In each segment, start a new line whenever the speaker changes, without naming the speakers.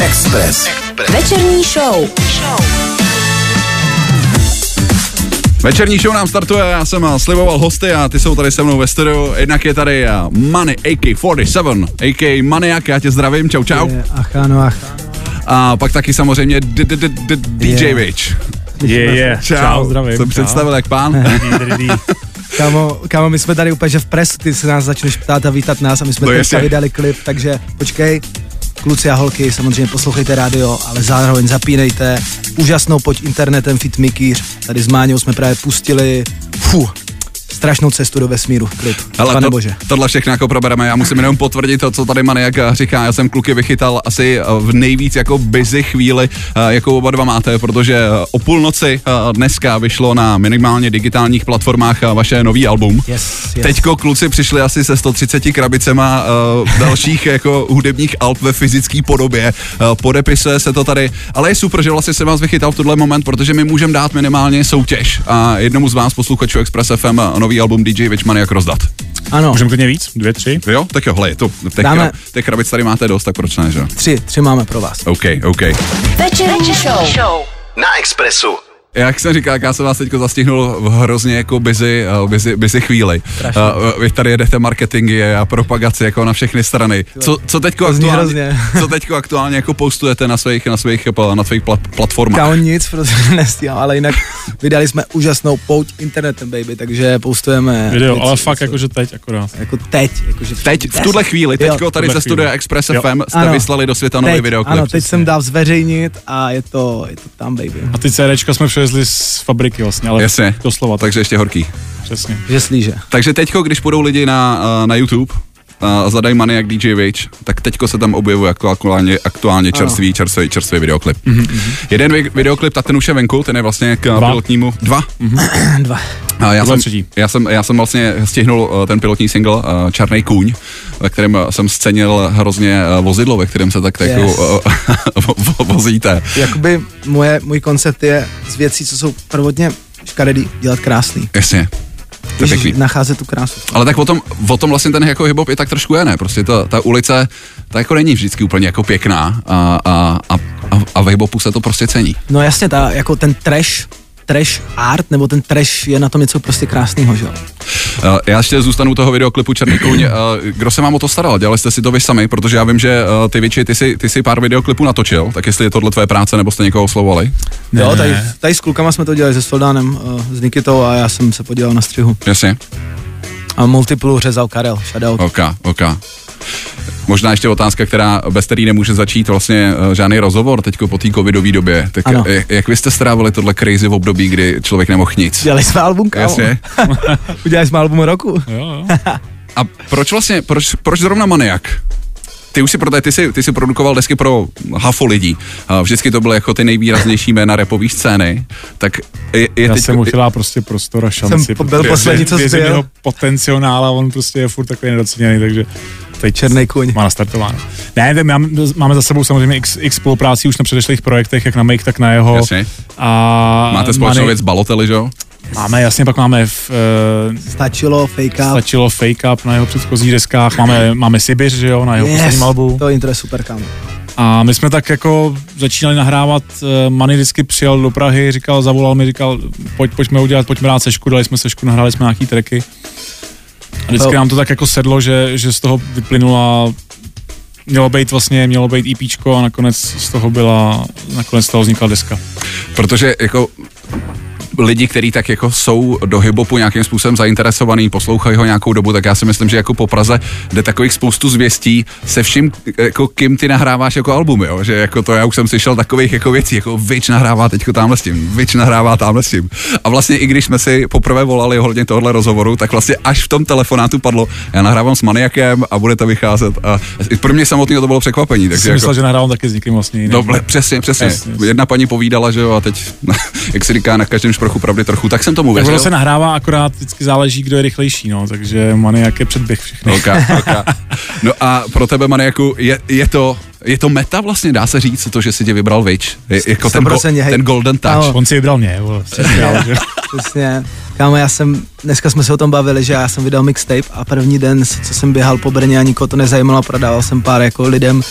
Express.
Večerní show.
Večerní show nám startuje, já jsem sliboval hosty a ty jsou tady se mnou ve studiu. Jednak je tady eh, Money AK47, AK Maniak, já tě zdravím, čau čau.
Je, Ach ano, ach.
A pak taky samozřejmě d- d- d- d- DJ
Je.
Witch.
Když
Je,
jsme-
je.
Čau,
Čau, zdravím.
Jsem
Čau.
představil jak pán.
Kámo, kámo, my jsme tady úplně, že v presu, ty se nás začneš ptát a vítat nás a my jsme
No
no
jasně.
tady vydali klip, takže počkej, kluci a holky, samozřejmě poslouchejte rádio, ale zároveň zapínejte úžasnou Pojď internetem Fit Mikýř, tady s Máňou jsme právě pustili, fu, strašnou cestu do vesmíru, klip,
Hele,
pane
to,
bože.
tohle všechno jako probereme. Já musím jenom potvrdit to, co tady Maniak eh, říká. Já jsem kluky vychytal asi eh, v nejvíc jako busy chvíli, eh, jakou oba dva máte, protože eh, o půlnoci eh, dneska vyšlo na minimálně digitálních platformách eh, vaše nový album.
Yes, yes.
Teďko kluci přišli asi se 130 krabicema uh, dalších jako hudebních alb ve fyzické podobě. Uh, podepisuje se to tady, ale je super, že vlastně se vás vychytal v tohle moment, protože my můžeme dát minimálně soutěž a jednomu z vás posluchačů Express FM eh, nový album DJ Witchman jak rozdat.
Ano,
Můžeme klidně víc? Dvě, tři?
Jo, tak jo, hele, je tu. Těch,
Dáme.
krab, těch krabic tady máte dost, tak proč ne, že?
tři, tři máme pro vás.
OK, OK.
Večerní show.
Na Expressu.
Jak jsem říkal, jak já jsem vás teď zastihnul v hrozně jako busy, eh, busy, busy chvíli. Uh, vy tady jedete marketingy a propagaci jako na všechny strany. Co, co teďko
To zní
aktuálně,
hrozně.
co teďko aktuálně jako postujete na svých, na svých, eh, na svých plat, platformách?
Kámo nic, protože nestíhám, ale jinak vydali jsme úžasnou pouť internetem, baby, takže postujeme.
Video,
něco,
ale fakt
něco.
jakože teď akorát.
Jako teď, jakože
Teď, v tuhle chvíli,
Jo.
teďko tady ze
tuhle
studia
chvíli.
Express
Jo.
FM jste
Ano.
vyslali do světa nový
teď,
videoklip.
Ano, teď jsem dal zveřejnit a je to, je to tam, baby.
A ty CDčka jsme přivezli z fabriky vlastně, ale
Jasně,
doslova, tak
takže ještě horký.
přesně.
Že slíže.
Takže teďko, když půjdou lidi na, eh, na YouTube, a zadají Mani jak DJ Vage, tak teďko se tam objevuje jako aktuálně, aktuálně čerstvý, čerstvý, čerstvý videoklip. Mhm. Jeden vi- videoklip, tak ten už je venku, ten je vlastně k eh,
Mhm, Dva.
pilotnímu. Dva.
Dva.
A já,
Dva
jsem,
třetí.
já, jsem, já jsem vlastně stihnul eh, ten pilotní single eh, Černý kůň, ve kterém eh, jsem scenil hrozně eh, vozidlo, ve kterém se tak tak
Yes.
jako, eh, vo- vo- vozíte.
Jakoby moje, můj koncept je z věcí, co jsou prvotně škaredý, dělat krásný.
Jasně, to je
Ježíš,
pěkný.
nacházet tu krásu.
Ale tak o tom, o tom vlastně ten jako hip-hop je tak trošku je, ne? Prostě ta, ta ulice, ta jako není vždycky úplně jako pěkná a, a, a, a- a v hip-hopu se to prostě cení.
No jasně, ta, jako ten trash, trash art, nebo ten trash je na tom něco prostě krásného, že jo?
Eh, Já ještě zůstanu u toho videoklipu Černý kůň. Eh, Kdo se vám o to staral? Dělali jste si to vy sami? Protože já vím, že eh, ty větší, ty si, ty si pár videoklipů natočil, tak jestli je tohle tvé práce, nebo jste někoho oslovovali?
Ne. Jo, tady, tady, s klukama jsme to dělali se Soldánem, eh, s Nikitou a já jsem se podíval na střihu.
Jasně?
A multiplu řezal Karel, shoutout.
OK, OK. Možná ještě otázka, která bez který nemůže začít vlastně eh, žádný rozhovor teď po té covidové době. Tak
Ano.
eh, jak vy jste strávili tohle crazy v období, kdy člověk nemohl nic?
Dělali jsme album, kámo.
Jasně.
Udělali jsme album roku.
Jo, jo.
A proč vlastně, proč, proč zrovna Maniak? Ty už si, proto, ty, si, ty si produkoval desky pro hafo lidí. A Vždycky to byly jako ty nejvýraznější jména repové scény. Tak je, je
Já
teď...
jsem mu chtěla prostě prostor a šanci.
Jsem po- byl
protože
poslední, co
věřím
zbyl.
jeho potenciál a on prostě je furt takový nedoceněný, takže teď
Černý kůň.
Má nastartováno. Ne, tak máme, máme za sebou samozřejmě x, x spoluprácí už na předešlých projektech, jak na Make, tak na jeho.
Jasně.
A
Máte společnou
Mani-
věc s Baloteli, že jo?
Máme, jasně, pak máme v, eh,
Stačilo, fake up.
stačilo Fake Up na jeho předchozích deskách, máme, máme Sibiř, že jo, na jeho yes. posledním albu.
to intro je super, kámo.
A my jsme tak jako začínali nahrávat, eh, Manny vždycky přijel do Prahy, říkal, zavolal mi, říkal, pojď, pojďme udělat, pojďme dát sešku, dali jsme sešku, nahráli jsme nějaký tracky. A vždycky
Jo.
nám to tak jako sedlo, že, že z toho vyplynula Mělo být vlastně, mělo být IPčko a nakonec z toho byla, nakonec z toho vznikla deska.
Protože jako lidi, kteří tak jako jsou do hibopu nějakým způsobem zainteresovaný, poslouchají ho nějakou dobu, tak já si myslím, že jako po Praze jde takových spoustu zvěstí se vším, jako kým ty nahráváš jako album, jo? že jako to já už jsem slyšel takových jako věcí, jako Vič nahrává teďko tamhle s tím, Vič nahrává tamhle s tím. A vlastně i když jsme si poprvé volali ohledně tohle rozhovoru, tak vlastně až v tom telefonátu padlo, já nahrávám s maniakem a bude to vycházet. A i pro mě samotného to bylo překvapení.
Jsi
Takže
jako...
jako...
myslel, že nahrávám taky s někým vlastně jiným.
Dobre, No, přesně, přesně.
Jasně, jasně.
Jedna paní povídala, že jo, a teď, jak se říká, na každém šprochu pravdy trochu, tak jsem tomu
Tak ono
věřil.
se nahrává, akorát vždycky záleží, kdo je rychlejší, no, takže Maniak je předběh všechny.
Okay, okay. No a pro tebe, Maniaku, je, je, to, je to meta vlastně, dá se říct, to, že si tě vybral Vič. Je, jako ten, go,
100% hej.
ten golden touch.
Ano.
On si vybral mě, vole, přesně, ale že-
Přesně. Kámo, já jsem, dneska jsme se o tom bavili, že já jsem vydal mixtape a první den, co jsem běhal po Brně a nikoho to nezajímalo, prodával jsem pár jako lidem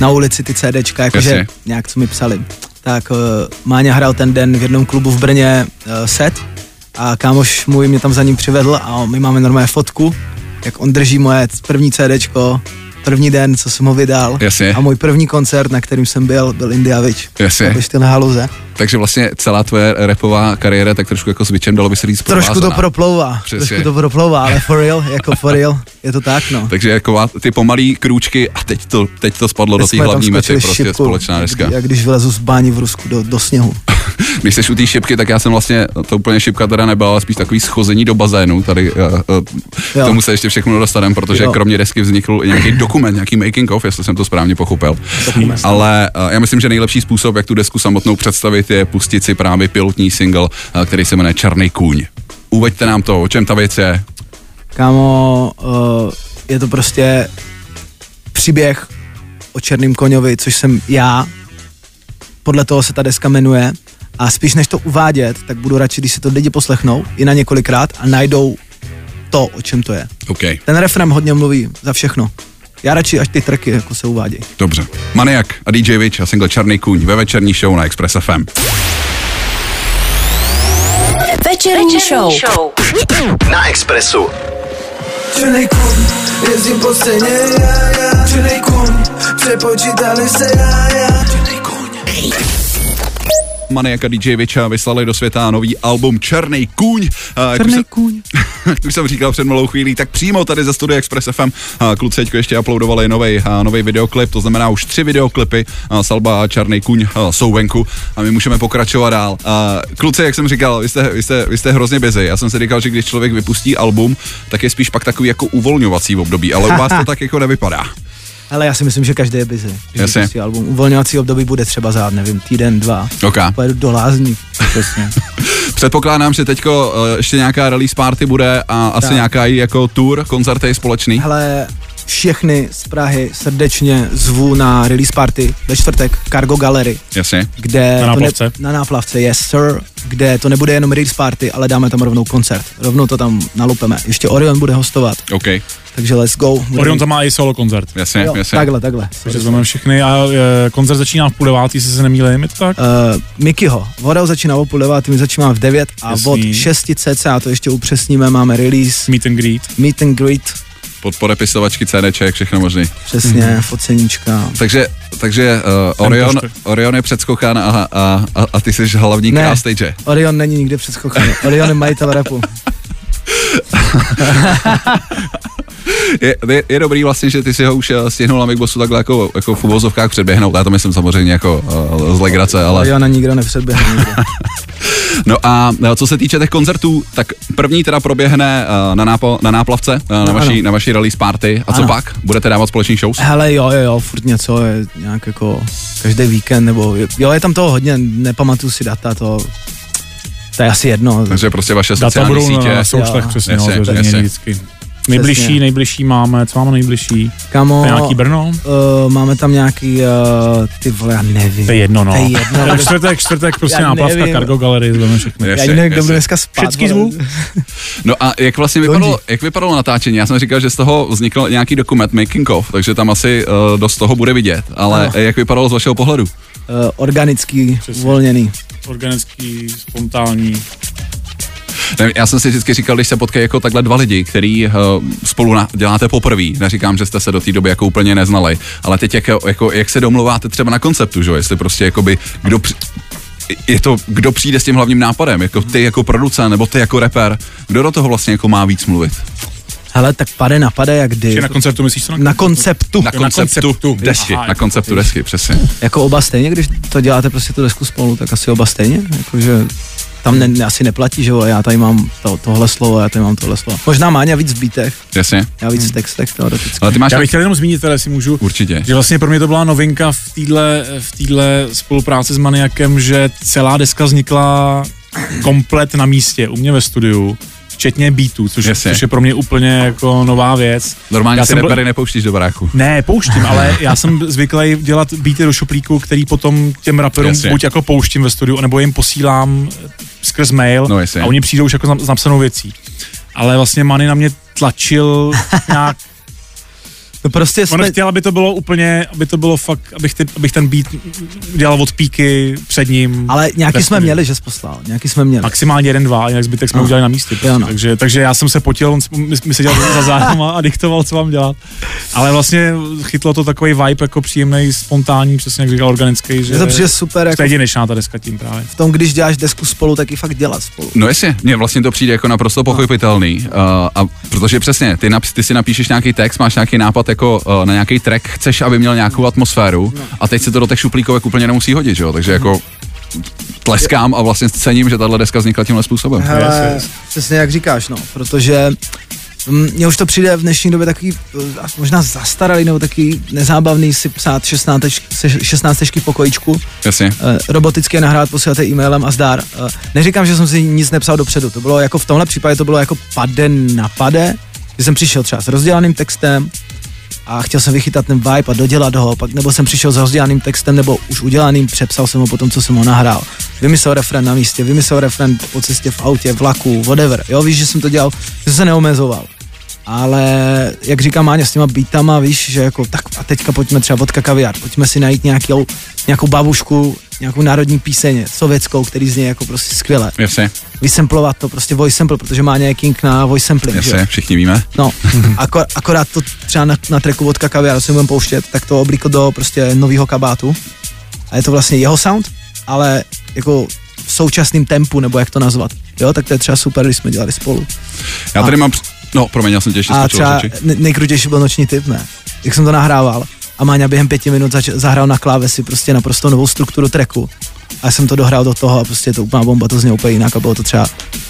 na ulici ty CDčka, jakože
Jasně.
nějak co mi psali. Tak uh, Máňa hrál ten den v jednom klubu v Brně uh, set a kámoš můj mě tam za ním přivedl a on- my máme normálně fotku, jak on drží moje první CDčko, první den, co jsem ho vydal.
Jasně.
A můj první koncert, na kterým jsem byl, byl Indiavič.
Jasně.
Byl na haluze.
Takže vlastně celá tvoje repová kariéra tak trošku jako s bičem, dalo by se říct,
Trošku to
provázaná.
proplouvá,
Přesně.
trošku to proplouvá, ale for real, jako for real, je to tak, no.
Takže jako ty pomalý krůčky a teď to, teď to spadlo do
Teď
té
jsme tam
hlavní mety,
skočili
prostě
šipkou,
společná deska.
Jak, jak když vylezu z bání v Rusku do, do sněhu.
Když jsi u té šipky, tak já jsem vlastně, to úplně šipka teda nebyla, ale spíš takový schození do bazénu. Tady eh, eh, k
Jo.
tomu se ještě všechno dostaneme, protože
Jo.
kromě desky vznikl i nějaký dokument, nějaký making of, jestli jsem to správně pochopil. Ale eh, já myslím, že nejlepší způsob, jak tu desku samotnou představit, je pustit si právě pilotní single, eh, který se jmenuje Černý kůň. Uveďte nám to, o čem ta věc je.
Kámo, uh, je to prostě příběh o černým koňovi, což jsem já. Podle toho se ta deska jmenuje. A spíš než to uvádět, tak budu radši, když si to lidi poslechnou i na několikrát a najdou to, o čem to je.
OK,
Ten refrém hodně mluví za všechno. Já radši, až ty tracky jako se uvádějí.
dobře. Maniak a DJ Witch a single Černý kůň ve večerní show na Express FM.
Večerní show.
Na Expressu.
Černý kůň, jezdím po scéně, já, já. Černý kůň, přepočítali se, já, já. Černý kůň.
Maniaka DJ Viča vyslali do světa nový album Černý kůň. Eh, jak už
Černý
jsem-
kůň.
jak už jsem říkal před malou chvílí, tak přímo tady ze studia Express FM eh, kluci teďko ještě uploadovali nový nový videoklip, to znamená už tři videoklipy eh, Salba a Černý kuň eh, jsou venku a my můžeme pokračovat dál. Eh, Kluci, jak jsem říkal, vy jste, vy, jste, vy jste hrozně busy. Já jsem si říkal, že když člověk vypustí album, tak je spíš pak takový jako uvolňovací období, ale u vás to tak jako nevypadá.
Ale já si myslím, že každý je busy. Když
Jasně.
vypustí album. Uvolňovací období bude třeba za, nevím, týden, dva.
Okay.
Pojedu do lázní.
Přesně.
Předpokládám, že teďko eh, ještě nějaká release party bude a asi
Tak.
nějaká i jako tour, koncerty společný.
Hele, všechny z Prahy srdečně zvu na release party ve čtvrtek Cargo Gallery,
Jasně.
kde...
Na
to
náplavce.
Ne, na náplavce, yes sir. Kde to nebude jenom release party, ale dáme tam rovnou koncert. Rovnou to tam nalupeme. Ještě Orion bude hostovat,
OK,
takže let's go. Budeme-
Orion tam má i solo koncert.
jasně,
jo,
jasně.
Takhle, takhle.
Takže zveme všechny a e, koncert začíná v půl devátý, jestli se nemýlím, je to tak?
Uh, Mikyho. Vodel začíná o půl deváté, my začínáme v 9 a
Jasný.
od 6 cca, to ještě upřesníme, máme release,
Meet and greet.
meet and greet,
Pod podepisovačky, CDček, všechno možný.
přesně,
Mhm.
foceníčka.
Takže, takže uh, Orion,
poštr.
Orion je předskokán a, a, a, a ty jsi hlavní
Ne.
král stage.
Orion není nikde předskokaný. Orion je majitel rapu.
Je, je, je, dobrý vlastně, že ty si ho už eh, stihnul na Mikbosu takhle jako, jako v uvozovkách předběhnout. Já to myslím samozřejmě jako uh, z legrace, ale...
Oriona nikdo nepředběhne. nikdo.
No a eh, co se týče těch koncertů, tak první teda proběhne eh, na, nápo, na náplavce, eh, na,
No,
vaší,
ano.
na vaší release party. A co
Ano.
pak? Budete dávat společný shows?
Hele, jo, jo, jo, furt něco je nějak jako každý víkend, nebo jo, je tam toho hodně, nepamatuju si data, to, to je asi jedno.
Takže prostě vaše
Data
sociální
budou
sítě.
na, na součtech,
Jo.
přesně,
Jasně,
no, zveřejněný
jasně.
vždycky. Nejbližší,
Přesně.
nejbližší máme, co máme nejbližší?
Kamo,
To je nějaký Brno?
Uh, máme tam nějaký, uh, ty vole, já nevím.
To je jedno, no.
To je jedno.
Tak čtvrtek, čtvrtek, prostě
Já
náplavka,
nevím.
Cargo Gallery, zveme všechny.
Jasně,
já nevím,
jasně.
kdo bude dneska spát.
Všecky
vole.
zvu.
No a jak vlastně vypadalo, jak vypadalo natáčení? Já jsem říkal, že z toho vznikl nějaký dokument making of, takže tam asi uh, dost toho bude vidět, ale
Ano.
no. jak vypadalo z vašeho pohledu?
Uh, organický,
Přesně.
uvolněný.
Organický, spontánní.
Ne, Já jsem si vždycky říkal, když se potkají jako takhle dva lidi, který uh, spolu na, děláte poprvé, neříkám, že jste se do té doby jako úplně neznali, ale teď jak, jako, jak se domluváte třeba na konceptu, že? jo? jestli prostě jakoby, kdo při, je to, kdo přijde s tím hlavním nápadem, jako ty jako producent nebo ty jako reper, kdo do toho vlastně jako má víc mluvit?
Hele, tak pade napade, jak kdy.
Že na koncertu myslíš co?
Na konceptu.
Na
Jo, na
konceptu,
konceptu.
desky,
Aha,
na konceptu desky, přesně.
Jako oba stejně, když to děláte prostě tu desku spolu, tak asi oba stejně, jakože tam ne, ne, asi neplatí, že jo, já tady mám to, tohle slovo, já tady mám tohle slovo. Možná Máňa víc v bítech,
Jasně.
já víc v textech teoreticky.
Ale ty máš
Já bych chtěl jenom zmínit, teda, jestli můžu,
Určitě.
že vlastně pro mě to byla novinka v téhle v týhle spolupráci s Maniakem, že celá deska vznikla komplet na místě, u mě ve studiu, včetně beatů, což,
Jasně. No.
což je pro mě úplně jako nová věc.
Normálně
Já
si
jsem byl-
repery nepouštíš do baráku.
Ne, pouštím, ale já jsem zvyklý dělat beaty do šuplíku, který potom těm raperům
Jasně.
buď jako pouštím ve studiu, nebo jim posílám eh, skrz mail
No, jasně.
a oni přijdou už jako s na- s napsanou věcí. Ale vlastně Manny na mě tlačil nějak
No prostě
On
jsme...
chtěl, aby to bylo úplně, aby to bylo fakt, abych, ty, abych ten beat dělal od píky před ním.
Ale nějaký
Ve
jsme
studiu.
měli, že jsi poslal. Nějaký jsme měli.
Maximálně jeden, dva, jinak zbytek jsme
No.
udělali na místě. prostě.
Jo, no.
Takže, takže já jsem se potil, on s- my, my seděl za zájem a diktoval, co mám dělat. Ale vlastně chytlo to takový vibe jako příjemný, spontánní, přesně jak říkal, organický. Že
Mně to přijde super,
To
jako
je jedinečná ta deska tím právě.
v tom, když děláš desku spolu, tak ji fakt dělat spolu.
No jasně, mně vlastně to přijde jako
No.
naprosto pochopitelný. Uh, a protože přesně, ty, nap, ty si napíšeš nějaký text, máš nějaký nápad jako uh, na nějaký track, chceš, aby měl
No.
nějakou atmosféru a teď se to do těch šuplíkovek úplně nemusí hodit, že jo? Takže jako tleskám a vlastně cením, že tahle deska vznikla tímhle způsobem.
Hele,
yes.
přesně jak říkáš, no, protože mm, mně už to přijde v dnešní době takový eh, až možná zastaralý nebo takový nezábavný si psát 16, 16 v pokojičku,
Jasně.
eh, roboticky je nahrát, posíláte e-mailem a zdar. Eh, Neříkám, že jsem si nic nepsal dopředu, to bylo jako v tomhle případě to bylo jako pade na pade, že jsem přišel třeba s rozdělaným textem a chtěl jsem vychytat ten vibe a dodělat ho, pak nebo jsem přišel s rozdělaným textem nebo už udělaným, přepsal jsem ho potom, co jsem ho nahrál. Vymyslel refren na místě, vymyslel refren po cestě v autě, vlaku, whatever. Jo, víš, že jsem to dělal, že jsem se neomezoval. Ale jak říká Máňa s těma beatama, víš, že jako tak a teďka pojďme třeba vodka kaviár, pojďme si najít nějakou, nějakou babušku, nějakou národní píseň sovětskou, který zní jako prostě skvěle.
Jasně,
Vysemplovat to, prostě voice sample, protože Máňa je king na voice sampling, že? jo?
jasně, všichni víme.
No, akor, akorát to třeba na, na tracku vodka kaviár, co budeme pouštět, tak to oblíko do prostě nového kabátu. A je to vlastně jeho sound, ale jako v současném tempu, nebo jak to nazvat. Jo, tak to je třeba super, když jsme dělali spolu.
Já tady
A-
mám... př- No, promiň, já jsem tě ještě
A
skočil do
třeba
řeči.
nej- nejkrutější byl noční typ, ne? Jak jsem to nahrával a Máňa během pěti minut zač- zahrál na klávesi prostě naprosto novou strukturu tracku. A já jsem to dohrál do toho a prostě je to úplná bomba, to zní úplně jinak a bylo to třeba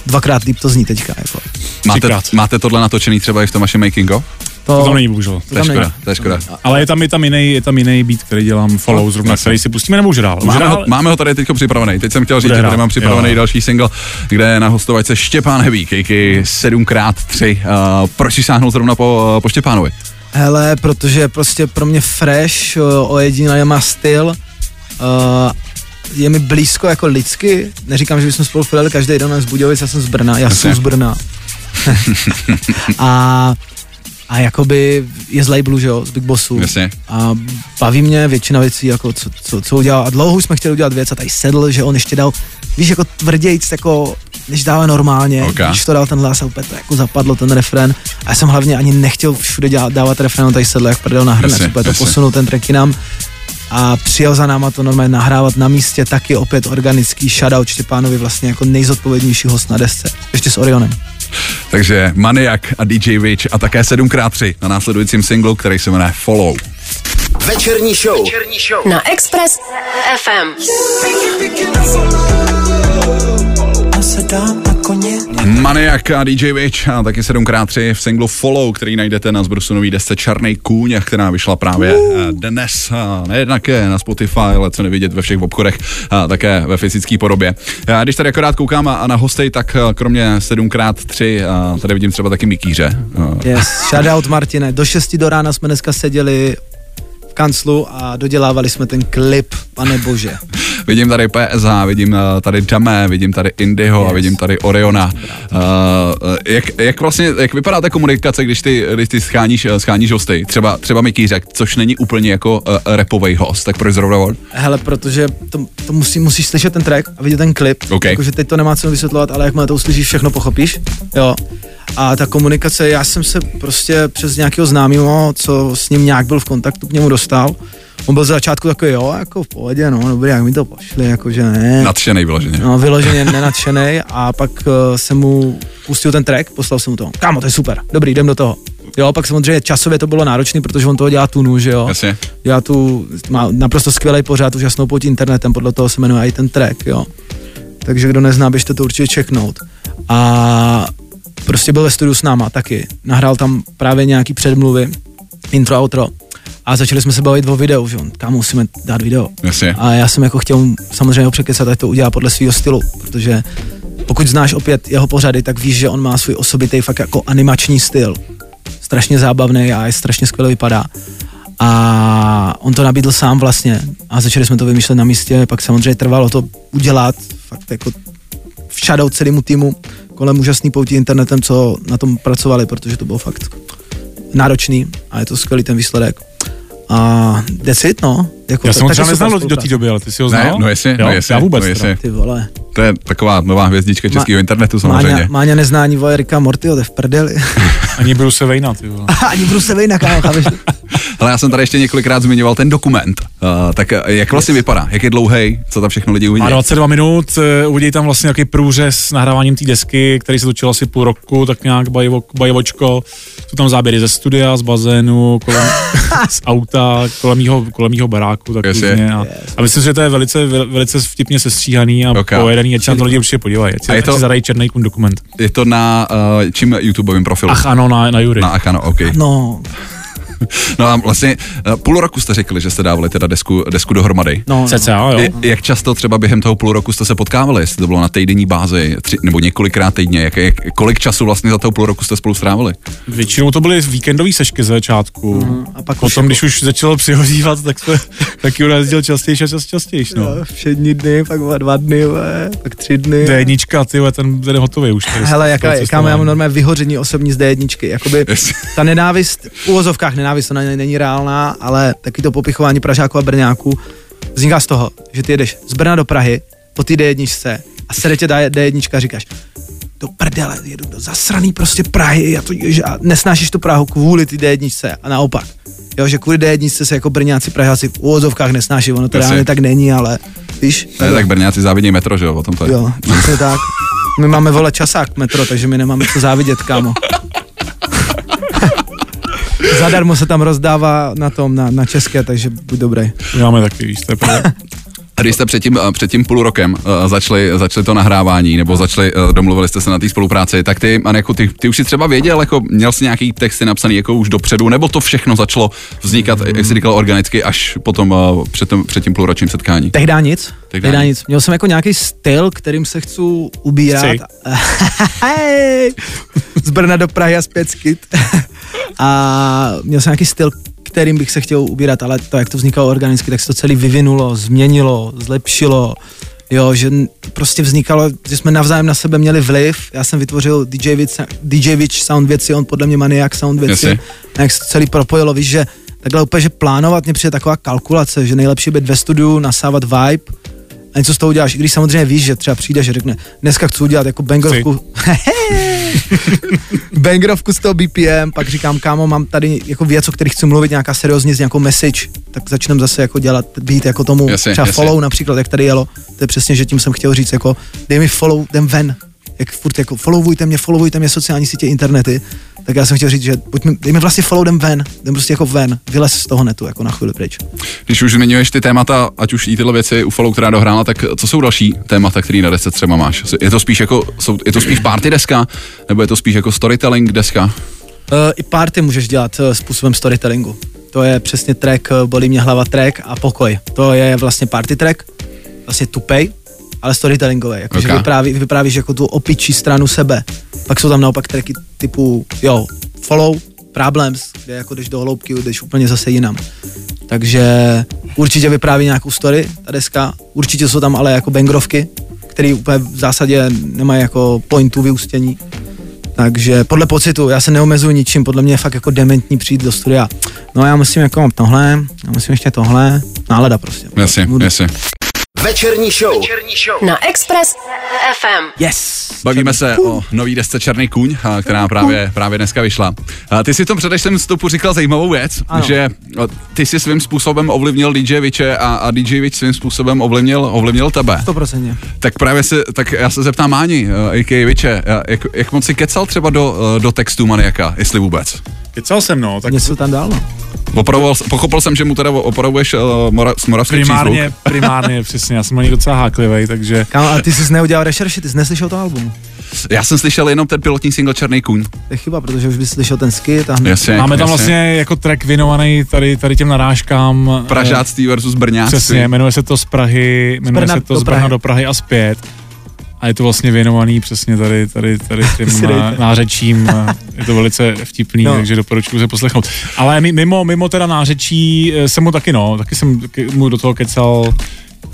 dvakrát líp, to zní teďka. Jako.
Máte,
třikrát.
máte tohle natočený třeba i v tom vašem making of?
To tam není bohužel.
To je škoda, to je škoda.
Ale je tam, je tam jiný, je tam jiný beat, který dělám follow zrovna, který si pustíme nebo už dál. Už
No, Máme ho,
dál-
máme ho tady teď připravený. Teď jsem chtěl říct,
Bude
že
hrát,
tady mám připravený
jo.
další single, kde je na hostovačce Štěpán Hebík, kejky 7x3. Uh, proč jsi sáhnul zrovna po, po Štěpánovi?
Hele, protože prostě pro mě fresh, ojedinělý má styl, uh, je mi blízko jako lidsky, neříkám, že bychom spolu chodili každý den z Budějovic, já jsem z Brna, já jsem z Brna. a, a jakoby je z labelu, že jo, z Big Bossu.
Jasně.
A baví mě většina věcí, jako co, co, co udělal. A dlouho už jsme chtěli udělat věc a tady sedl, že on ještě dal, víš, jako tvrdějc, jako než dává normálně,
Ok.
okay. když to dal ten hlas a úplně to jako zapadlo ten refren. A já jsem hlavně ani nechtěl všude dělat, dávat refren, on tady sedl jak prdel na hrnec,
Jasně,
úplně to
jasně.
posunul ten track jinam a přijel za náma to normálně nahrávat na místě, taky opět organický shoutout Štěpánovi vlastně jako nejzodpovědnější host na desce, ještě s Orionem.
Takže Maniak a DJ Witch a také 7x3 na následujícím singlu, který se jmenuje Follow.
Večerní show.
na Express FM.
Maniak a DJ Witch a taky 7x3 v singlu Follow, který najdete na zbrusunový desce Černý kůň, která vyšla právě eh, dnes. A Nejednak je na Spotify, ale co nevidět ve všech obchodech, a také ve fyzické podobě. A Když tady akorát koukám a- a na hostej, tak eh, kromě 7x3 a tady vidím třeba taky Mikýře. A
Yes, shoutout Martine, do 6 do rána jsme dneska seděli v kanclu a dodělávali jsme ten klip, pane bože.
Vidím tady PSH, vidím eh, tady Dame, vidím tady Indyho a vidím tady Oriona. Eh, eh, Jak, jak vlastně, jak vypadá ta komunikace, když ty, když ty scháníš, eh, scháníš hosty? Třeba, třeba Mikýřek, což není úplně jako uh, repový host, tak proč zrovna on?
Hele, protože to, to musí, musíš slyšet ten track a vidět ten klip.
OK.
Jakože teď to nemá co vysvětlovat, ale jakmile to uslyšíš, všechno pochopíš. Jo. A ta komunikace, já jsem se prostě přes nějakého známého, co s ním nějak byl v kontaktu, k němu dostal. On byl z začátku takový, jo, jako v pohodě, no, dobrý, jak mi to pošli, jakože ne.
Nadšenej vyloženě.
No, vyloženě nenadšený a pak uh, jsem mu pustil ten track, poslal jsem mu to. Kámo, to je super, dobrý, jdem do toho. Jo, pak samozřejmě časově to bylo náročné, protože on toho dělá tunu, že jo.
Jasně.
Dělá tu, má naprosto skvělý pořád, úžasnou pod internetem, podle toho se jmenuje i ten track, jo. Takže kdo nezná, běžte to určitě čeknout. A prostě byl ve studiu s náma taky. Nahrál tam právě nějaký předmluvy, intro, outro. A začali jsme se bavit o videu, že on, kam musíme dát video.
Jasně.
A já jsem jako chtěl mu samozřejmě ho překecat, ať to udělá podle svého stylu, protože pokud znáš opět jeho pořady, tak víš, že on má svůj osobitý fakt jako animační styl. Strašně zábavný a je strašně skvěle vypadá. A on to nabídl sám vlastně a začali jsme to vymýšlet na místě, pak samozřejmě trvalo to udělat, fakt jako v shadow celému týmu kolem úžasný poutí internetem, co na tom pracovali, protože to bylo fakt náročný a je to skvělý ten výsledek. A decit, no. Jako
Já
ta-
jsem ho
taky
třeba
super
neznal do
spolupráce.
té doby, ale ty si ho
Ne,
znal?
no jasně, no
Jo,
jasně,
Já vůbec.
no jasně.
teda.
Ty vole.
To je taková nová hvězdička českého internetu samozřejmě.
Máňa, Máňa neznání vole Rika Mortyho, to je v prdeli.
Ani budu se vejnat, ty vole.
Ani Bruce Wayne, kámo, chápeš?
Ale já jsem tady ještě několikrát zmiňoval ten dokument. Uh, tak eh, jak vlastně vypadá? Jak je dlouhý? Co tam všechno lidi uvidí?
Má 22 minut, eh, uvidí tam vlastně nějaký průřez s nahráváním té desky, který se točil asi půl roku, tak nějak bajvo, bajvočko. Jsou tam záběry ze studia, z bazénu, kolem, z auta, kolem jeho, kolem jeho baráku. Tak
Jasně.
různě. A, a, myslím, že to je velice, vel- velice vtipně sestříhaný a
Ok.
okay. pojedený, ať se na to lidi určitě podívají. Ať si,
A je
ať
to-
si zadají černý kun dokument.
Je to na uh, čím YouTubeovým profilu?
Ach ano, na, na Jury.
Na Achano, OK.
No,
No a vlastně eh, půl roku jste řekli, že jste dávali teda desku, desku dohromady.
no, no.
CCA, jo.
Je- Jak často třeba během toho půl roku jste se potkávali? Jestli to bylo na týdenní bázi, tři, nebo několikrát týdně? Jak, jak, kolik času vlastně za toho půl roku jste spolu strávili?
Většinou to byly víkendové sešky ze začátku.
Mhm.
a pak už
Potom,
jako-
když už začalo přihozívat, tak, jsme, tak Jura jezdil častěji a čas- častěji. No.
Jo, Všední dny, pak vole, dva dny, vole, pak tři dny.
D1, ty vole, ten, ten je hotový už. Tady
Hele,
s-
jaká
s
je,
tou
kámo, já mám
cestováním.
normálně vyhoření osobní z D1. Jakoby
Jestli-
ta nenávist, v úvozovkách nenávist, ona ne- není reálná, ale taky to popichování Pražáků a Brňáků vzniká z toho, že ty jedeš z Brna do Prahy po té D1 a sede tě dá D1 a říkáš, do prdele, jedu do zasraný prostě Prahy a, to, že, a nesnášíš tu Prahu kvůli ty D1 a naopak. Jo, že kvůli D1 se jako Brňáci Praháci v úvozovkách nesnáší, ono to
Jasně.
reálně tak není, ale víš?
Ne, tak Brňáci závidí metro, že jo? O tom to je.
Jo, přesně tak. My máme vole časák metro, takže my nemáme co závidět, kámo. Zadarmo se tam rozdává na tom, na, na české, takže buď dobrý.
My máme taky, víš, to je pravda.
A Když jste před tím, eh, před tím půl rokem eh, začali, začali to nahrávání, nebo začali, eh, domluvili jste se na té spolupráci, tak ty, Aneko, ty, ty už si třeba věděl, jako měl jsi nějaký texty napsaný jako už dopředu, nebo to všechno začalo vznikat, jak jsi říkal, organicky až potom eh, před, tom, před tím půlročním setkání.
Tehdy nic.
Tehdy
Tehdy
nic.
nic. Měl jsem jako nějaký styl, kterým se chci ubírat.
Chci.
Hej! z Brna do Prahy a zpět skyt. a měl jsem nějaký styl, kterým bych se chtěl ubírat, ale to, jak to vznikalo organicky, tak se to celý vyvinulo, změnilo, zlepšilo. Jo, že n- prostě vznikalo, že jsme navzájem na sebe měli vliv. Já jsem vytvořil DJ Witch, DJ Witch sound věci, on podle mě maniak sound
Jasně.
věci. A jak se to celý propojilo, víš, že takhle úplně, že plánovat mě přijde taková kalkulace, že nejlepší je být ve studiu, nasávat vibe, a něco z toho uděláš, i když samozřejmě víš, že třeba přijdeš a řekne, dneska chci udělat jako bangrovku. bangrovku z toho BPM, pak říkám, kámo, mám tady jako věc, o které chci mluvit, nějaká seriózně, s nějakou message, tak začnem zase jako dělat být jako tomu
Jasně,
třeba
jasně.
follow například, jak tady jelo, to je přesně, že tím jsem chtěl říct, jako dej mi follow, jdem ven, jak furt jako followujte mě, followujte mě sociální sítě, internety, tak já jsem chtěl říct, že pojď mi, dej mi vlastně follow, jdem ven, jdem prostě jako ven, vylez z toho netu, jako na chvíli pryč.
Když už zmiňuješ ty témata, ať už i tyhle věci u Follow, která dohrála, tak co jsou další témata, který na desce třeba máš? Je to spíš jako, jsou, je to spíš party deska, nebo je to spíš jako storytelling deska?
Uh, I party můžeš dělat uh, způsobem storytellingu. To je přesně track, eh, bolí mě hlava track a pokoj. To je vlastně party track, vlastně tupej, ale storytellingové, jakože
Ok.
okay. vypráví, vyprávíš jako tu opičí stranu sebe. Pak jsou tam naopak tracky typu, jo, follow, problems, kde jako jdeš do hloubky, jdeš úplně zase jinam. Takže určitě vypráví nějakou story, ta deska, určitě jsou tam ale jako bangrovky, které úplně v zásadě nemají jako pointu vyústění. Takže podle pocitu, já se neomezuji ničím, podle mě je fakt jako dementní přijít do studia. No já musím jako mám tohle, já musím ještě tohle, nálada prostě.
Jasně,
Mood.
jasně.
Večerní show.
Na Express FM.
Yes!
Bavíme se o nový desce Černý kůň, a, která právě, právě dneska vyšla. A Ty si v tom předešlém vstupu říkal zajímavou věc, ano.
Ano.
že o, ty si svým způsobem ovlivnil DJ Viče a, a DJ Vič svým způsobem ovlivnil, ovlivnil tebe.
100%.
Tak právě se, tak já se zeptám Máni, a.k.a. Viče, a jak, jak moc si kecal třeba do, eh, do textu Maniaka, jestli vůbec?
Kecal jsem, no, tak
Něco tam dál? no.
Opravoval, s- pochopil jsem, že mu teda opravuješ uh, mora, s moravský
primárně,
přízvuk.
primárně, přesně, já jsem na něj docela háklivý, takže
Kámo, a ty jsi neudělal rešerši, ty jsi neslyšel to album.
Já jsem slyšel jenom ten pilotní single Černý kůň.
To je chyba, protože už bys slyšel ten skit a hned.
Jasně,
máme tam
jasně.
vlastně jako track věnovaný tady, tady těm narážkám. eh,
Pražáctví versus Brňáctví.
Přesně, jmenuje se to z Prahy, jmenuje
Brna
se to
do
z Brna
Prahy.
do Prahy a zpět. A je to vlastně věnovaný přesně tady, tady, tady těm
si dejte.
eh, nářečím. eh, Je to velice vtipný, no.
No.
takže doporučuji se poslechnout. Ale mi- mimo, mimo teda nářečí eh, jsem mu taky, no, taky jsem taky mu do toho kecal,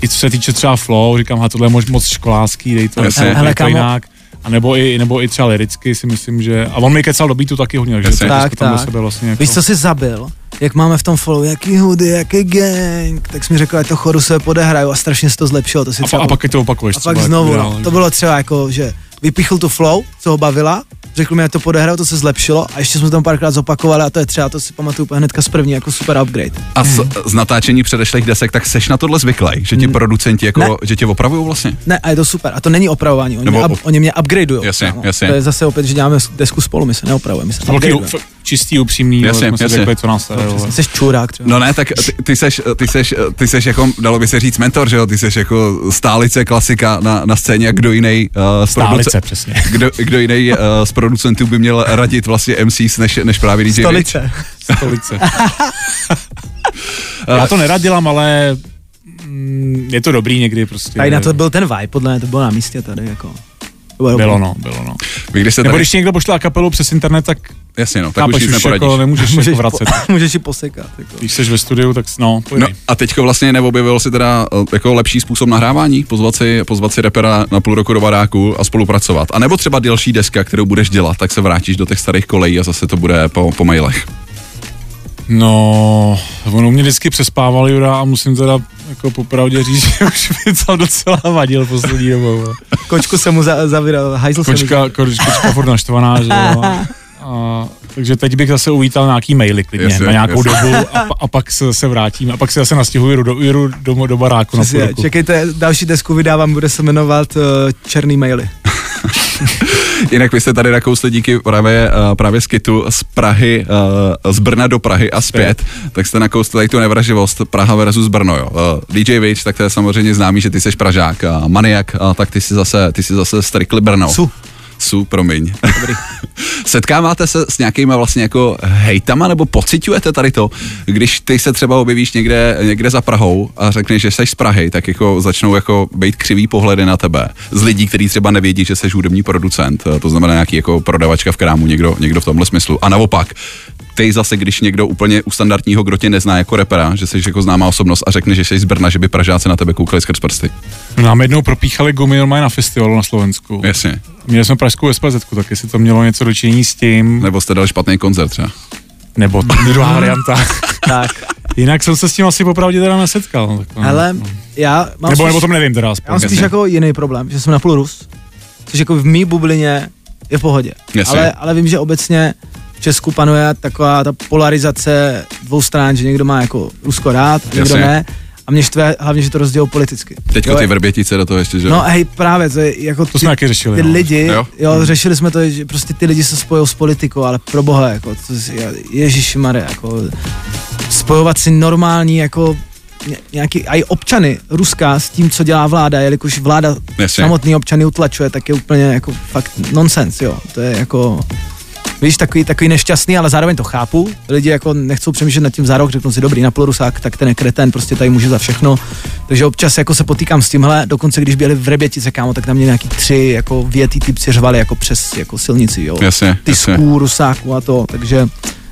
i co se týče třeba flow, říkám, ha, tohle je mož- moc školácký, dej to,
Jasně.
dej to,
Hele,
dej to
kámo.
jinak. A nebo i, nebo i třeba liricky si myslím, že... A on mi kecal do beatu taky hodně, takže
Jasně.
to,
tak,
tak, tam do
tak.
sebe vlastně jako...
Víš, co jsi zabil? Jak máme v tom follow, jaký hudy, jaký gang, tak jsi mi řekl, že to choru se podehraju a strašně se to zlepšilo. To si
a, pa,
třeba
a, pak je to opakuješ.
a pak
třeba,
znovu,
jako
no.
dál.
to bylo třeba jako, že vypichl tu flow, co ho bavila, řekl mi, jak to podehrál, to se zlepšilo a ještě jsme tam párkrát zopakovali a to je třeba, to si pamatuju úplně hnedka z první, jako super upgrade.
A z,
Mhm.
z natáčení předešlých desek, tak seš na tohle zvyklý, že ti producenti jako,
Ne.
že tě opravují vlastně?
Ne, a je to super. A to není opravování, oni,
Nebo
mě, up,
op-
oni mě upgradeujou.
Jasně,
kámo.
jasně.
To je zase opět, že děláme desku spolu, my se neopravujeme, my se
To bylo taky
upgradeujeme.
f- čistý, upřímný,
Jasně,
ale prostě jsme si
jasně.
řekli, co nás tady,
Přesně,
vole.
Jsi čurák třeba.
No ne, tak ty, ty, seš, ty, seš, ty seš jako, dalo by se říct mentor, že jo, ty seš jako stálice klasika na, na scéně, jak kdo jiný uh, z
Stálice,
produce-
přesně.
Kdo, kdo jiný uh, z producentů by měl radit vlastně MCs než, než právě DJ Rich?
Stolice.
Stolice.
Eh,
Já to nerad dělám, ale mm, je to dobrý někdy prostě.
Tady na to byl ten vibe, podle mě to bylo na místě tady, jako. To Bylo,
Bylo
dobrý.
no, bylo no.
Vy když se
Nebo
tady,
když ti někdo pošle a kapelu přes internet, tak
jasně no, tak
chápeš,
už nic neporadíš.
jako nemůžeš, můžeš jako
po-
vracet.
můžeš ji posekat. Jako.
Když jsi ve studiu, tak s- no,
No
pojď.
a teďko vlastně neobjevil si teda eh, jako lepší způsob nahrávání, pozvat si, pozvat si repera na půl roku do baráku a spolupracovat. A nebo třeba delší deska, kterou budeš dělat, tak se vrátíš do těch starých kolejí a zase to bude po, po mailech.
No, ono mě vždycky přespával Jura a musím teda jako popravdě říct, že už mi to docela vadil poslední dobou. no.
Kočku se mu za, zavíral, hajzl se mu.
Kočka, koč, kočka furt naštvaná, že jo. A- A, takže teď bych zase uvítal nějaký maily klidně
Jasně,
jasně, na nějakou
jasně.
dobu a, pa- a, pak se zase vrátím. A pak se zase nastěhuji Juru do, Juru do, do baráku na půl
Přesně,
roku.
Čekejte, další desku vydávám, bude se jmenovat uh, Černý maily.
Jinak vy jste tady nakousli díky právě, eh, právě z Kitu z Prahy, eh, z Brna do Prahy a zpět, tak jste nakousli tady tu nevraživost Praha versus Brno, jo. Eh, DJ Witch, tak to je samozřejmě známý, že ty jsi Pražák a maniak, a tak ty jsi zase, ty jsi zase strikli Brno.
Su.
Su, promiň. Dobrý. Setkáváte se s nějakýma vlastně jako hejtama, nebo pociťujete tady to, když ty se třeba objevíš někde, někde za Prahou a řekneš, že jsi z Prahy, tak jako začnou jako být křivý pohledy na tebe. Z lidí, kteří třeba nevědí, že jsi hudební producent, eh, to znamená nějaký jako prodavačka v krámu, někdo, někdo v tomhle smyslu. A naopak, ty zase, když někdo úplně u standardního, kdo tě nezná jako repera, že jsi jako známá osobnost a řekne, že jsi z Brna, že by Pražáci na tebe koukali skrz prsty.
Nám jednou propíchali gumy normálně na festivalu na Slovensku.
Jasně.
Měli jsme pražskou SPZ, tak jestli to mělo něco dočinění s tím,
Nebo jste dali špatný koncert třeba.
nebo t- druhá varianta.
Tak,
Jinak jsem se s tím asi popravdě teda nesetkal. no, Tak, no.
hele, já mám
nebo,
spíš,
nebo tom nevím teda
já mám
aspoň.
spíš
jasně.
jako jiný problém, že jsem napůl Rus, což jako v mý bublině je v pohodě.
Jasně.
Ale, ale vím, že obecně v Česku panuje taková ta polarizace dvou stran, že někdo má jako Rusko rád, a někdo
Jasně.
ne. A mě štve hlavně, že to rozdělou politicky.
Teďko
Jo,
ty vrbětice do toho ještě, že?
No hej, právě, to je jako
To jsme taky řešili.
ty
no.
lidi,
Jo.
jo. jo, řešili jsme to, že prostě ty lidi se spojují s politikou, ale pro boha, jako, Ježíš Mare, jako, spojovat si normální, jako, ně- nějaký, a i občany Ruska s tím, co dělá vláda, jelikož vláda
Jasně.
samotný občany utlačuje, tak je úplně jako fakt nonsens, jo, to je jako, víš, takový, takový nešťastný, ale zároveň to chápu, lidi jako nechcou přemýšlet nad tím za rok, řeknou si dobrý, na rusák, tak ten je kreten, prostě tady můžu za všechno, takže občas jako se potýkám s tímhle, dokonce když byli v Rebětice, kámo, tak na mě nějaký tři jako větý typci řvali jako přes jako silnici, jo,
Jasně, jasně.
tysků, rusáků a to, takže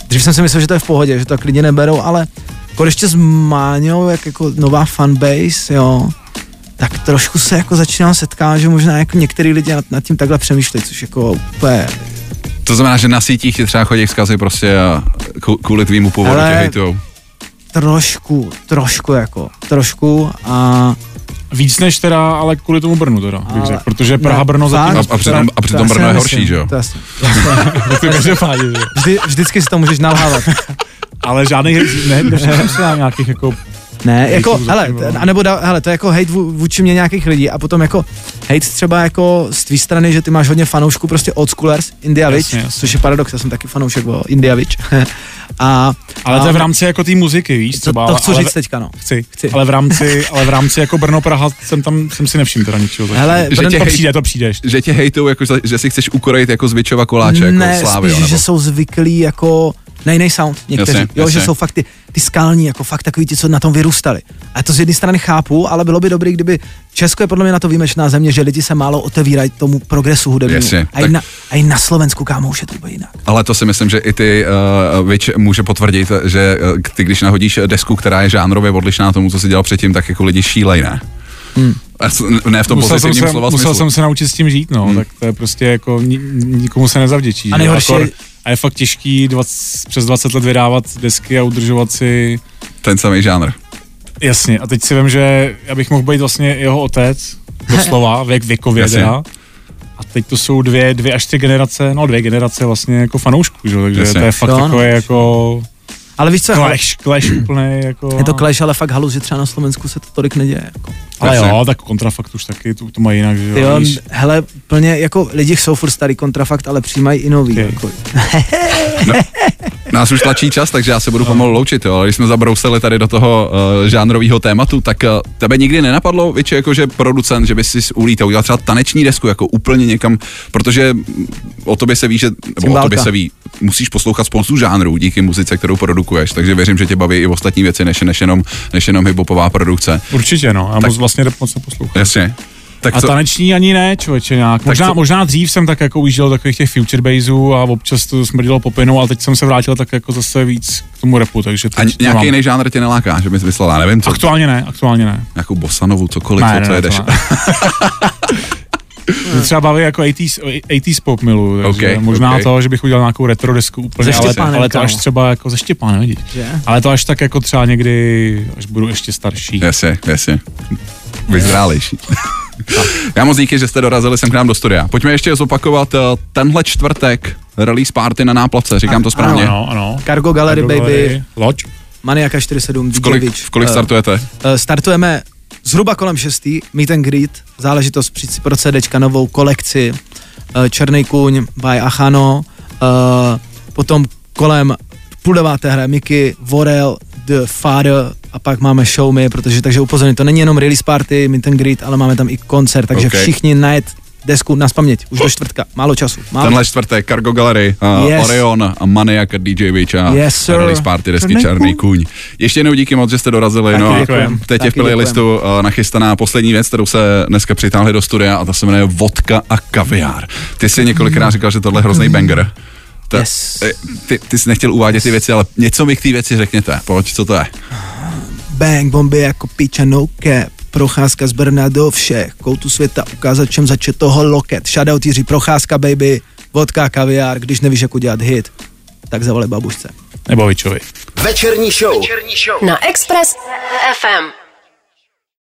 dřív jsem si myslel, že to je v pohodě, že to tak lidi neberou, ale konečně s Máňou, jak jako nová fanbase, jo, tak trošku se jako začínám setkávat, že možná jako některý lidi nad, nad tím takhle přemýšlejí, což jako úplně,
To znamená, že na sítích ti třeba chodí vzkazy prostě a ku- kvůli tvýmu původu
Ale-
tě hejtujou.
trošku, trošku jako, trošku a...
Víc než teda, ale kvůli tomu Brnu teda, bych
Ale-
řekl, protože Praha, Brno zatím...
fakt,
A- a přitom- a přitom
to já si
Brno je
nemyslím,
horší, že jo?
to já si-
To je každopádně, že?
Vždy, vždycky si to můžeš nalhávat.
Ale žádný ne, nevšiml jsem nám nějakých jako...
Ne, jako,
Hejtu
hele,
zatím,
t-
no.
anebo, da, hele, to je jako hejt vů- vůči mě nějakých lidí a potom jako hejt třeba jako z tvý strany, že ty máš hodně fanoušků prostě old schoolers, India
Jasně,
Witch,
jasně.
což je paradox, já jsem taky fanoušek o India Witch. a,
Ale to
a,
je v rámci jako té muziky, víš?
to,
Třeba,
to chci
ale,
říct teďka, no.
Chci,
Chci.
chci. Ale v rámci, ale v rámci jako Brno, Praha jsem tam, jsem si nevšiml teda ničeho. zatím.
Hele,
že
Brno-
to přijde, to přijde ještě.
Že tě hejtujou, jako, za- že si chceš ukorejit jako z Vičova koláče,
ne,
jako Slávy,
spíš,
nebo...
že jsou zvyklí jako na jiný sound někteří,
Jasně,
jo,
jasně.
že jsou fakt ty, ty skalní, jako fakt takový ti, co na tom vyrůstali. A to z jedné strany chápu, ale bylo by dobré, kdyby Česko je podle mě na to výjimečná země, že lidi se málo otevírají tomu progresu hudebnímu.
Jasně,
A i,
tak-
na, a i na Slovensku, kámo, už je to úplně jinak.
Ale to si myslím, že i ty uh, Vič může potvrdit, že eh, ty, když nahodíš desku, která je žánrově odlišná tomu, co si dělal předtím, tak jako lidi šílej, ne?
Hmm.
A s- Ne v tom
musel jsem,
pozitivním
se,
slova
musel
smyslu.
jsem se naučit s tím žít, no, hmm. tak to je prostě jako ni, nikomu se nezavděčí.
A
že jo,
nejhorší je-
akor- a je fakt těžký 20, přes 20 let vydávat desky a udržovat si
Ten samý žánr.
Jasně, a teď si vím, že já bych mohl být vlastně jeho otec, doslova, věk věkově
Jasně.
teda. A teď to jsou dvě, dvě až tři generace, no dvě generace vlastně jako fanoušků, že? jo, takže
Jasně.
Jasně. to je fakt
Jo, no.
takové jako
Ale víš co, je hal-
clash, clash úplný jako.
je
no.
to clash, ale fakt halus, že třeba na Slovensku se to tolik neděje. Jako.
Ale
Jasně.
jo, tak kontrafakt už taky, to, to mají jinak, že
No,
jo.
Jo,
víš.
hele, plně, jako lidi jsou furt starý kontrafakt, ale přijímají i nový.
Ty.
Jako.
Nás už tlačí čas, takže já se budu pomalu loučit, jo. ale když jsme zabrousili tady do toho uh, žánrového tématu, tak uh, tebe nikdy nenapadlo, Viče, jako že producent, že by si ulítal, udělal třeba taneční desku, jako úplně někam, protože mm, o tobě se ví, že, nebo o
Cymbálka.
tobě se ví, musíš poslouchat spoustu žánrů díky muzice, kterou produkuješ, takže věřím, že tě baví i ostatní věci, než, než jenom, než jenom hiphopová produkce.
Určitě, no, já moc vlastně rap moc neposlouchám.
Jasně. Tak
A
co,
taneční ani ne, člověče, nějak. Možná,
co-
možná dřív jsem tak jako ujížděl takových těch future bassů a občas to smrdilo popinou, ale teď jsem se vrátil tak jako zase víc k tomu repu, takže
a
teď
ně-
to
nějaký
mám.
jiný žánr tě neláká, že bys vyslala, nevím, co,
Aktuálně ne, aktuálně ne.
nějakou bosanovu, cokoliv, co, co jedeš.
to Mě třeba baví jako 80s, 80s pop milu, takže
Ok,
okay, možná
ok.
okay. to, že bych udělal nějakou retro desku úplně,
Ze
ale,
Štěpánem,
ale to až
kámo.
třeba jako ze Štěpánem, vidíš.
Že?
Ale to až tak jako třeba někdy, až budu ještě starší.
Jasně, jasně. Vyzrálejší. Já moc díky, že jste dorazili sem k nám do studia. Pojďme ještě zopakovat eh, tenhle čtvrtek release party na náplavce, říkám to správně.
Ano, ano.
Cargo Gallery, baby,
Loď.
Maniaka 47,
V kolik, v kolik startujete?
Eh, startujeme zhruba kolem 6. Meet and greet, záležitost přijít pro CDčka, novou kolekci eh, Černý kůň by Achano, eh, potom kolem půl deváté hraje Miky, Vorel, The Father a pak máme show me, protože takže upozorňuji, to není jenom release party, meet and greet, ale máme tam i koncert, takže
Ok.
okay. všichni najet desku na spaměť, už do čtvrtka, málo času, málo
Tenhle čtvrtek Cargo Gallery, uh,
Yes.
Orion, a Maniak, a DJ Witch a
Yes, sir.
release party desky
Černý
Černý, kůň. Ještě jednou díky moc, že jste dorazili.
Taky
no a
děkujem.
teď je v play
Taky děkujem.
listu uh, nachystaná poslední věc, kterou se dneska přitáhli do studia a ta se jmenuje Vodka a kaviár. Ty jsi několikrát říkal, že tohle je hrozný banger. Ta,
Yes.
eh, ty, ty jsi nechtěl uvádět ty věci, ale něco mi k té věci řekněte. Pojď, co to je?
Bang, bomby jako piča, no cap. Procházka z Brna do všech koutů světa, ukázat čem zače toho loket. Shoutout Jiří Procházka, baby, vodka, kaviár, když nevíš, jak udělat hit, tak zavolej babušce.
Nebo Vičovi.
Večerní show.
Na Express FM.